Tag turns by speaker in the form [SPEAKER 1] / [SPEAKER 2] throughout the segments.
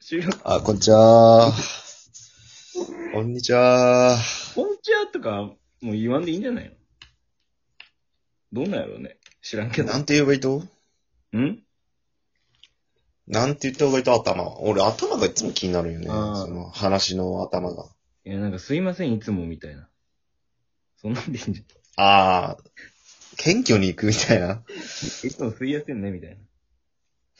[SPEAKER 1] 終了。
[SPEAKER 2] あ、こんにちは。こんにちは。
[SPEAKER 1] こんちはとか、もう言わんでいいんじゃないのどうなんやろうね。知らんけど。
[SPEAKER 2] なんて言えばいいと
[SPEAKER 1] ん
[SPEAKER 2] なんて言った方がいいと頭。俺頭がいつも気になるよね。
[SPEAKER 1] あー
[SPEAKER 2] その話の頭が。
[SPEAKER 1] いや、なんかすいません、いつもみたいな。そんなんでいいんじゃな
[SPEAKER 2] ああ、謙虚に行くみたいな。
[SPEAKER 1] いいつもすいませんね、みたいな。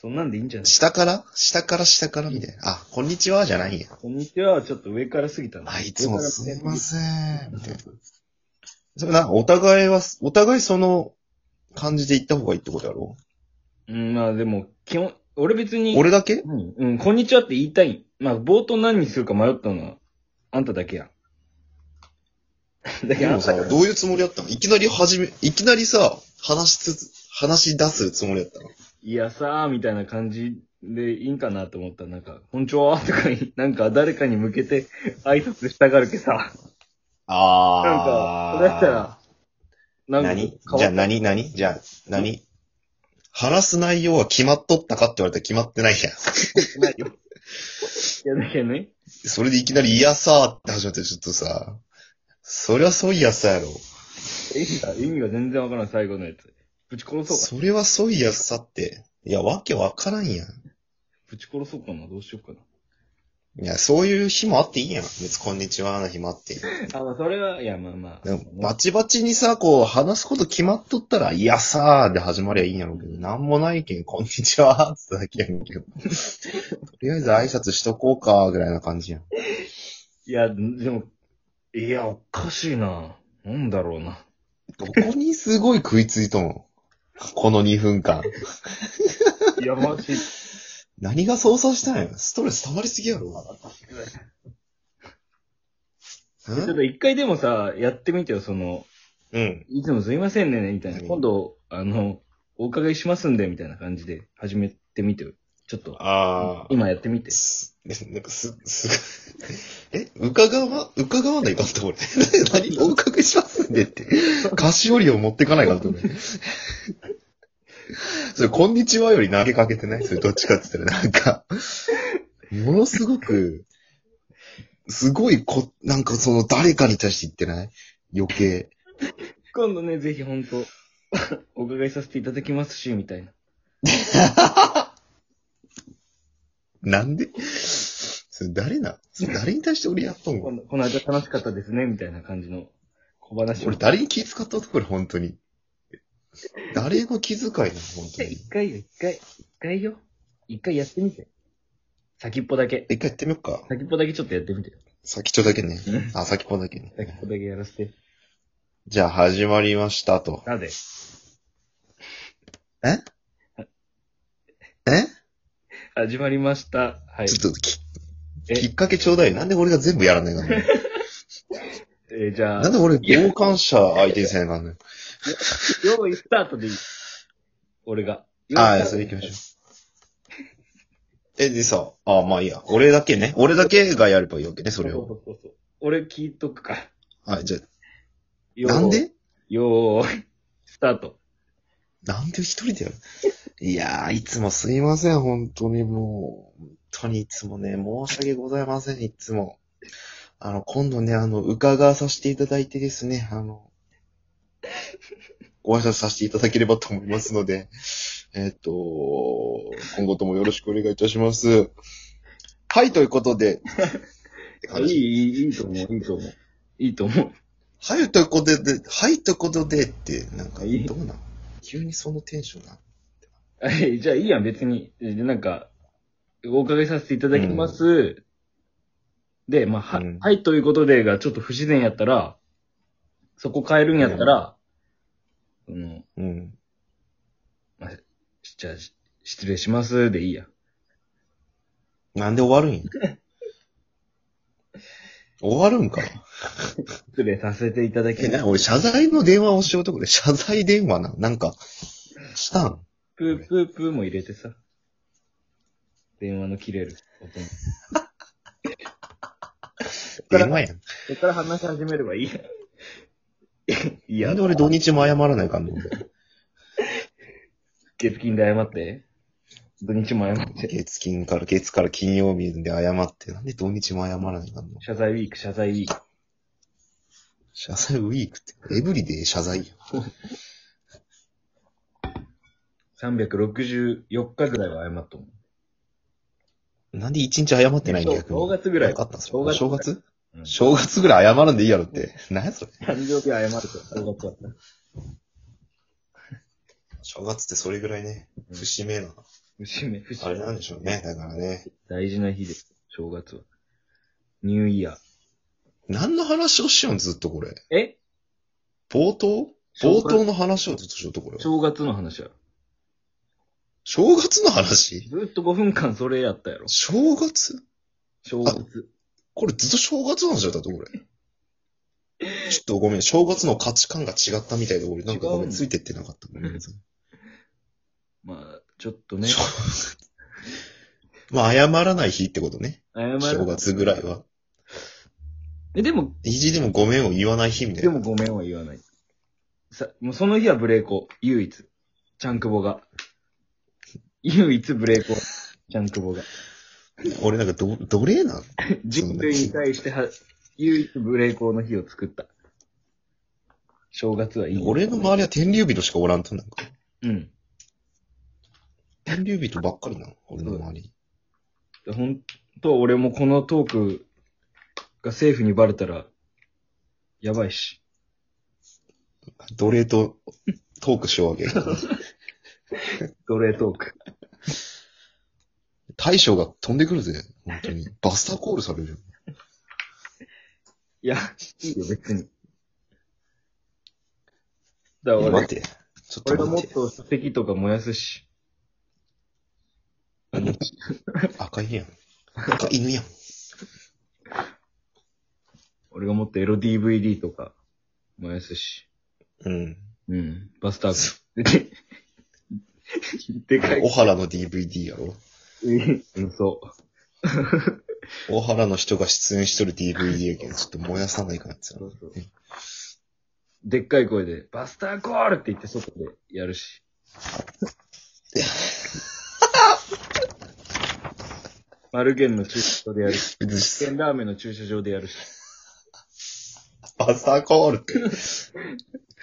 [SPEAKER 1] そんなんでいいんじゃない
[SPEAKER 2] 下から下から下からみたいな。あ、こんにちはじゃないんや。
[SPEAKER 1] こんにちは、ちょっと上から過ぎたな
[SPEAKER 2] あ、いつもすいま
[SPEAKER 1] ん。
[SPEAKER 2] せん。みたいな。それな、お互いは、お互いその感じで行った方がいいってことやろ
[SPEAKER 1] うん、まあでも、基本、俺別に、
[SPEAKER 2] 俺だけ
[SPEAKER 1] 何うん、こんにちはって言いたい。まあ、冒頭何にするか迷ったのは、あんただけや。だけ
[SPEAKER 2] で
[SPEAKER 1] どあ
[SPEAKER 2] も
[SPEAKER 1] んた
[SPEAKER 2] さ、
[SPEAKER 1] や
[SPEAKER 2] どういうつもりやったのいきなり始め、いきなりさ、話しつつ、話し出すつもりやったの
[SPEAKER 1] いやさー、みたいな感じでいいんかなと思ったら、なんか、こんにちはとかに、なんか誰かに向け て挨拶したがるけさ、
[SPEAKER 2] あ
[SPEAKER 1] なんかそれやったらなんか変
[SPEAKER 2] 何
[SPEAKER 1] わ
[SPEAKER 2] じゃ
[SPEAKER 1] っ
[SPEAKER 2] あ
[SPEAKER 1] た、
[SPEAKER 2] 何何じゃあ何話す内容は決まっとったかって言われたら決まってないやん。
[SPEAKER 1] ないよ。いや、だけどね、
[SPEAKER 2] それでいきなり、いやさーって始まったらちょっとさ、そりゃそういやさやろ。
[SPEAKER 1] 意味が、意味が全然わからん、最後のやつ。ぶち殺そうか。
[SPEAKER 2] それはそういやさって。いや、わけわからんやん。
[SPEAKER 1] ぶち殺そうかな、どうしようか
[SPEAKER 2] いや、そういう日もあっていいやん。別にこんにちはの日もあっていい。
[SPEAKER 1] な。あ、まあ、それは、いや、まあまあ。
[SPEAKER 2] でもバチバチにさ、こう、話すこと決まっとったら、いやさーで始まりゃいいんやろうけど、なんもないけん、こんにちはーってだけやんけど。 とりあえず挨拶しとこうか、ぐらいな感じやん。
[SPEAKER 1] いや、でも、いや、おかしいな。なんだろうな。
[SPEAKER 2] どこにすごい食いついとんのこの2分間。
[SPEAKER 1] いや、マ ジ。
[SPEAKER 2] 何が操作したんやストレス溜まりすぎやろ。
[SPEAKER 1] ちょっ
[SPEAKER 2] ん
[SPEAKER 1] と一回でもさ、やってみてよ、その、
[SPEAKER 2] うん。
[SPEAKER 1] いつもすいませんね、みたいな。
[SPEAKER 2] 何
[SPEAKER 1] 今度、あの、お伺いしますんで、みたいな感じで始めてみてよ。ちょっと、
[SPEAKER 2] あー。
[SPEAKER 1] 今やってみて。
[SPEAKER 2] すなんかす、すごい、え、伺わ、伺わないかって俺。 何お伺いしますんでって。菓子折りを持ってかないかって 俺。それ、こんにちはより投げかけてないそれ、どっちかって言ったら、なんか、ものすごく、すごいこ、なんかその誰かに対して言ってない余計。
[SPEAKER 1] 今度ね、ぜひ本当 お伺いさせていただきますし、みたいな。
[SPEAKER 2] なんでそれ誰なそれ誰に対して俺やっとんの
[SPEAKER 1] 今度この間楽しかったですね、みたいな感じの小話を。
[SPEAKER 2] 俺誰に気遣ったところ本当に。誰の気遣いなの本当に。
[SPEAKER 1] 一回よ、一回。一回よ。一回やってみて。先っぽだけ。
[SPEAKER 2] 一回やってみようか。
[SPEAKER 1] 先っぽだけちょっとやってみてよ。
[SPEAKER 2] 先っちょだけね。
[SPEAKER 1] うん
[SPEAKER 2] あ、先っぽだけね。
[SPEAKER 1] 先っぽだけやらせて。
[SPEAKER 2] じゃあ始まりましたと。
[SPEAKER 1] なぜ
[SPEAKER 2] ええ
[SPEAKER 1] 始まりました。はい。
[SPEAKER 2] ちょっとき、
[SPEAKER 1] え
[SPEAKER 2] きっかけちょうだい。なんで俺が全部やら ないかんの
[SPEAKER 1] えーじゃあ
[SPEAKER 2] なん、で俺傍観者相手にせなあかんの
[SPEAKER 1] 用意スタートでいい。俺が。
[SPEAKER 2] ああ、それ行きましょう。え、でさ、ああ、まあいいや。俺だけね。俺だけがやればいいわけね、それを。
[SPEAKER 1] うそうそう。俺聞いとくか。
[SPEAKER 2] はい、じゃ
[SPEAKER 1] よ
[SPEAKER 2] あ、
[SPEAKER 1] ー
[SPEAKER 2] なんで
[SPEAKER 1] よーい、スタート。
[SPEAKER 2] なんで一人でやるいやー、いつもすいません、本当にもう。本当にいつもね、申し訳ございません、いつも。あの、今度ね、あの、伺わさせていただいてですね、あの、ご挨拶させていただければと思いますので、 えっ、と、今後ともよろしくお願いいたします。はい、ということで、って
[SPEAKER 1] い
[SPEAKER 2] 感
[SPEAKER 1] い、
[SPEAKER 2] じ
[SPEAKER 1] いい、いいと思う、いいと思う。いいと思う。
[SPEAKER 2] はい、ということで、はい、ということでって、なんか、
[SPEAKER 1] いい
[SPEAKER 2] どうなん急にそのテンションな。
[SPEAKER 1] あえじゃあいいやん、別に。で、なんか、お伺いさせていただきます。で、まあ、は、
[SPEAKER 2] うん
[SPEAKER 1] はい、ということでがちょっと不自然やったら、そこ変えるんやったら、その、
[SPEAKER 2] うん。
[SPEAKER 1] まあ、しじゃあ、し失礼しますでいいや。
[SPEAKER 2] なんで終わるんや。 終わるんか。
[SPEAKER 1] 失礼させていただき
[SPEAKER 2] え、
[SPEAKER 1] ます。
[SPEAKER 2] な、俺、謝罪の電話をしようとこで、謝罪電話な、なんか、したん
[SPEAKER 1] プープープーも入れてさ。電話の切れる音。そっから
[SPEAKER 2] 電話やん。
[SPEAKER 1] そっから話し始めればいいや。 い
[SPEAKER 2] な
[SPEAKER 1] や
[SPEAKER 2] んで、俺 土日も謝らないかんの
[SPEAKER 1] 月金で謝って。土日も謝って。
[SPEAKER 2] 月金から、月から金曜日で謝って、なんで土日も謝らないかんの
[SPEAKER 1] 謝罪ウィーク、謝罪ウィーク。
[SPEAKER 2] 謝罪ウィークって、エブリデイ謝罪や。
[SPEAKER 1] 364日ぐらいは謝っとん。
[SPEAKER 2] なんで一日謝ってないんだよ。
[SPEAKER 1] そう正月ぐらい
[SPEAKER 2] なかったんす
[SPEAKER 1] 正
[SPEAKER 2] よ。
[SPEAKER 1] 月
[SPEAKER 2] 正月
[SPEAKER 1] うん
[SPEAKER 2] 正月ぐらい謝るんでいいやろって。何やそれ。
[SPEAKER 1] 誕生日は謝ると正月だった。
[SPEAKER 2] 正月ってそれぐらいね、
[SPEAKER 1] うん
[SPEAKER 2] 節目な。
[SPEAKER 1] 節目、節
[SPEAKER 2] あれなん
[SPEAKER 1] 目。
[SPEAKER 2] でしょうね。だからね。
[SPEAKER 1] 大事な日です。正月は。ニューイヤー。
[SPEAKER 2] 何の話をしようん、ずっとこれ。
[SPEAKER 1] え
[SPEAKER 2] 冒頭
[SPEAKER 1] 正月
[SPEAKER 2] 冒頭の話をずっとしようと、これ。
[SPEAKER 1] 正月の話や。
[SPEAKER 2] 正月の話
[SPEAKER 1] ずっと5分間それやったやろ。
[SPEAKER 2] 正月
[SPEAKER 1] 正月。
[SPEAKER 2] これずっと正月の話だった と、これ。ちょっとごめん、正月の価値観が違ったみたいで、俺なんかご
[SPEAKER 1] 違う
[SPEAKER 2] め
[SPEAKER 1] ん
[SPEAKER 2] ん、
[SPEAKER 1] だ
[SPEAKER 2] ついてってなかった。ごめんなさい。
[SPEAKER 1] まあ、ちょっとね、
[SPEAKER 2] 正月まあ、謝らない日ってことね。
[SPEAKER 1] 謝る。
[SPEAKER 2] 正月ぐらいは。
[SPEAKER 1] え、でも、
[SPEAKER 2] 意地でもごめんを言わない日みたい
[SPEAKER 1] で
[SPEAKER 2] な。
[SPEAKER 1] もごめんは言わない。さ、もうその日はブレイコ。唯一。ちゃんくぼが。唯一ブレイコ。ちゃんくぼ が。
[SPEAKER 2] 俺なんかど、奴隷なの
[SPEAKER 1] 人類に対しては、唯一ブレイコの日を作った。正月はいい。
[SPEAKER 2] 俺の周りは天竜人しかおらんと、なんか。
[SPEAKER 1] うん。
[SPEAKER 2] 天竜人ばっかりなの、俺の周り。
[SPEAKER 1] 本当俺もこのトークが政府にバレたら、やばいし。
[SPEAKER 2] 奴隷とトークしよう わけ。
[SPEAKER 1] 奴隷トーク。
[SPEAKER 2] 大将が飛んでくる ぜ。本当に。バスターコールされるよ。
[SPEAKER 1] いや、いいよ、別に。だから
[SPEAKER 2] 待っ
[SPEAKER 1] 俺、
[SPEAKER 2] て。ちょっ
[SPEAKER 1] 俺が
[SPEAKER 2] と
[SPEAKER 1] もっ
[SPEAKER 2] 待って。
[SPEAKER 1] と書籍とか燃やすし。あの、
[SPEAKER 2] 赤いやん。赤犬やん。
[SPEAKER 1] 俺がもっとエロ DVD とか燃やすし。
[SPEAKER 2] うん。
[SPEAKER 1] うん。バスターブ。で、 でかい
[SPEAKER 2] 小。原の DVD やろ。
[SPEAKER 1] うん、そ
[SPEAKER 2] 小原の人が出演しとる DVD やけど、ちょっと燃やさないかなって
[SPEAKER 1] う。。そうそうでっかい声で、バスターコールって言って外でやるし。マルゲンの駐車場でやるし。
[SPEAKER 2] 別
[SPEAKER 1] ゲ
[SPEAKER 2] に
[SPEAKER 1] ンラーメンの駐車場でやるし。
[SPEAKER 2] バスターコールって。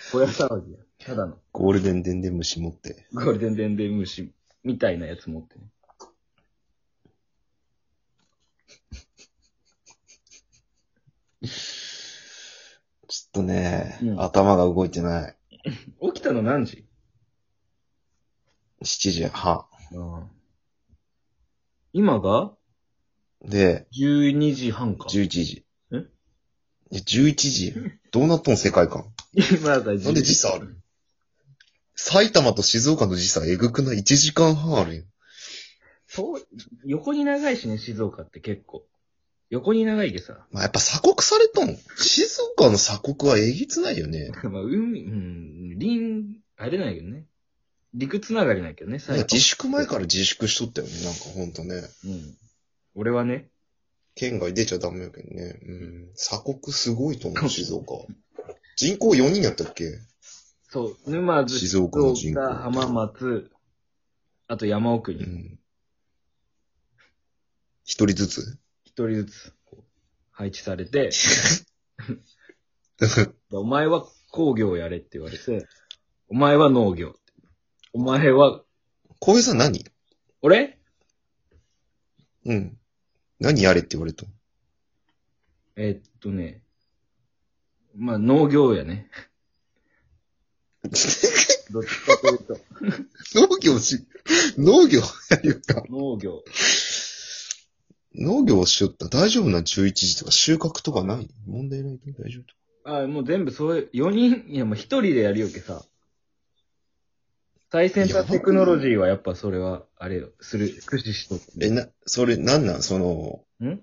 [SPEAKER 1] 小屋騒ぎや。ただの。
[SPEAKER 2] ゴールデンデンデン虫持って。
[SPEAKER 1] ゴールデンデンデン虫みたいなやつ持ってね。
[SPEAKER 2] ちょっとね、
[SPEAKER 1] うん
[SPEAKER 2] 頭が動いてない。
[SPEAKER 1] 起きたの何時
[SPEAKER 2] 7時半。
[SPEAKER 1] 今が
[SPEAKER 2] で、
[SPEAKER 1] 12時半か。
[SPEAKER 2] 11時。
[SPEAKER 1] え
[SPEAKER 2] いや ?11 時。どうなっとん世界観。
[SPEAKER 1] 今が10
[SPEAKER 2] なんで時差ある埼玉と静岡の時差えぐくない ?1 時間半あるよ。
[SPEAKER 1] そう、横に長いしね、静岡って結構。横に長いでさ。
[SPEAKER 2] まあ、やっぱ鎖国されたん。静岡の鎖国はえぎつないよね。
[SPEAKER 1] まあ、海、うん、林、あれないけどね。陸つながりないけどね、
[SPEAKER 2] なん
[SPEAKER 1] 最
[SPEAKER 2] か
[SPEAKER 1] 後。
[SPEAKER 2] 自粛前から自粛しとったよね。なんかほんとね。
[SPEAKER 1] うん。俺はね、
[SPEAKER 2] 県外出ちゃダメやけどね。うん。鎖国すごいと思う、静岡。人口4人やったっけ
[SPEAKER 1] そう、沼津、
[SPEAKER 2] 静岡の人口
[SPEAKER 1] 静岡浜松、あと山奥
[SPEAKER 2] う
[SPEAKER 1] に、
[SPEAKER 2] ん。一人ずつ
[SPEAKER 1] 一人ずつ、こう配置されて、でお前は工業やれって言われて、お前は農業。お前は、
[SPEAKER 2] 浩平さん何
[SPEAKER 1] 俺
[SPEAKER 2] うん。何やれって言われたの
[SPEAKER 1] えーっとね、まあ農業やね。どっちかというと、
[SPEAKER 2] 農業し、農業やるよか。
[SPEAKER 1] 農業。
[SPEAKER 2] 農業をしよった。大丈夫なん ?11 時とか収穫とかない問題ないと大丈夫とか。
[SPEAKER 1] あもう全部そういう、4人、いやもう1人でやるよけさ。最先端テクノロジーはやっぱそれは、あれよ、する、駆使しとって
[SPEAKER 2] え、な、それなんなんその、
[SPEAKER 1] ん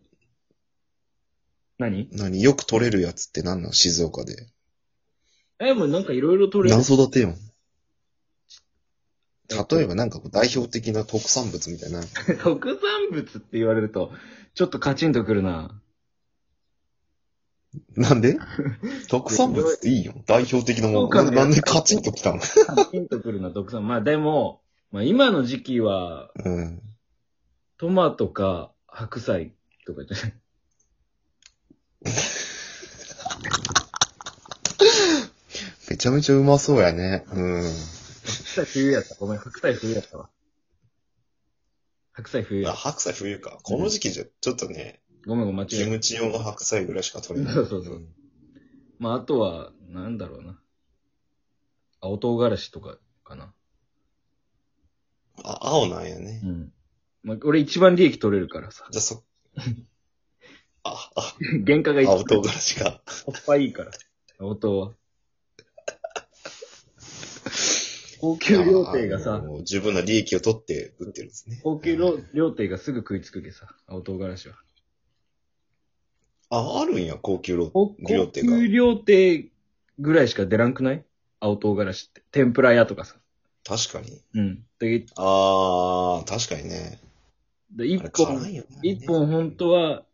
[SPEAKER 1] 何
[SPEAKER 2] 何よく取れるやつってなんなん静岡で。
[SPEAKER 1] え、もうなんかいろいろ取れる
[SPEAKER 2] 何。育てよん例えばなんかこう代表的な特産物みたいな。
[SPEAKER 1] 特産物って言われると、ちょっとカチンとくるな。
[SPEAKER 2] なん で特産物っていいよ。代表的なも
[SPEAKER 1] そうか
[SPEAKER 2] の。なんでカチンときたの
[SPEAKER 1] カチンとくるな、特産。まあでも、まあ今の時期は、
[SPEAKER 2] うん。
[SPEAKER 1] トマトか白菜とかじゃない。
[SPEAKER 2] めちゃめちゃうまそうやね。うん。
[SPEAKER 1] 白菜冬やった。ごめん、白菜冬やったわ。白菜冬
[SPEAKER 2] あ
[SPEAKER 1] や。
[SPEAKER 2] 白菜冬か。この時期じゃ、ちょっとね、
[SPEAKER 1] ごめん、ごめん、間
[SPEAKER 2] キ
[SPEAKER 1] 違えた。
[SPEAKER 2] ムチ用の白菜ぐらいしか取れない。。
[SPEAKER 1] そうそうそうんまああとは、なんだろうな。青唐辛子とかかな。
[SPEAKER 2] あ、青なんやね
[SPEAKER 1] う。ん。まあ俺一番利益取れるからさ。
[SPEAKER 2] じ ゃ、そ、あ、あ、
[SPEAKER 1] 原価が一番
[SPEAKER 2] 青唐辛子か。
[SPEAKER 1] おっぱいいから。青唐は。高級料亭が
[SPEAKER 2] あ
[SPEAKER 1] さ、
[SPEAKER 2] の十分な利益を取って売ってるんですね。
[SPEAKER 1] 高級料料亭がすぐ食いつくけさ、青唐辛子は。
[SPEAKER 2] あ、あるんや、高級ロ
[SPEAKER 1] 高
[SPEAKER 2] 料亭が
[SPEAKER 1] 級料亭ぐらいしか出らんくない青唐辛子って。天ぷら屋とかさ。
[SPEAKER 2] 確かに。
[SPEAKER 1] うん。で、
[SPEAKER 2] あー、確かにね。
[SPEAKER 1] で
[SPEAKER 2] あれ
[SPEAKER 1] 一
[SPEAKER 2] 辛
[SPEAKER 1] 本、
[SPEAKER 2] いよね。
[SPEAKER 1] 一本本当は、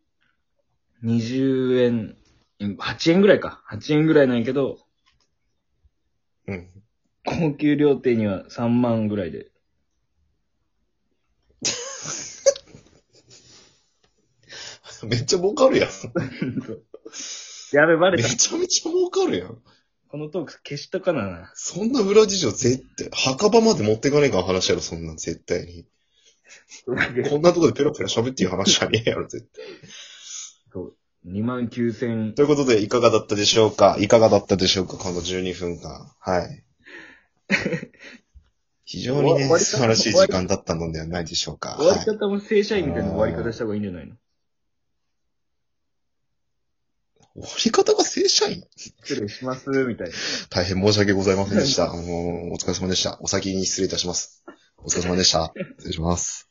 [SPEAKER 1] 20円、8円ぐらいか。8円ぐらいなんやけど、
[SPEAKER 2] うん。
[SPEAKER 1] 高級料亭には3万ぐらいで。
[SPEAKER 2] めっちゃ儲かるやん。
[SPEAKER 1] やべ、バ
[SPEAKER 2] め
[SPEAKER 1] レた。
[SPEAKER 2] ちゃめちゃ儲かるやん。
[SPEAKER 1] このトーク消しとかな な。
[SPEAKER 2] そんな裏事情絶対、墓場まで持ってかねえかん話やろ、そんなん絶対に。こんなとこでペラペラ喋っていい話じゃねえやろ、絶対。
[SPEAKER 1] 2万9000
[SPEAKER 2] ということで、いかがだったでしょうかいかがだったでしょうかこの12分間。 はい。非常にね
[SPEAKER 1] 終、わり
[SPEAKER 2] 素晴らしい時間だったのではないでしょうか。
[SPEAKER 1] 終わり
[SPEAKER 2] はい。
[SPEAKER 1] 方も正社員みたいな終わり方した方がいいんじゃないの
[SPEAKER 2] 終わり方が正社員
[SPEAKER 1] 失礼します、みたいな。
[SPEAKER 2] 大変申し訳ございませんでした。もうお疲れ様でした。お先に失礼いたします。お疲れ様でした。失礼します。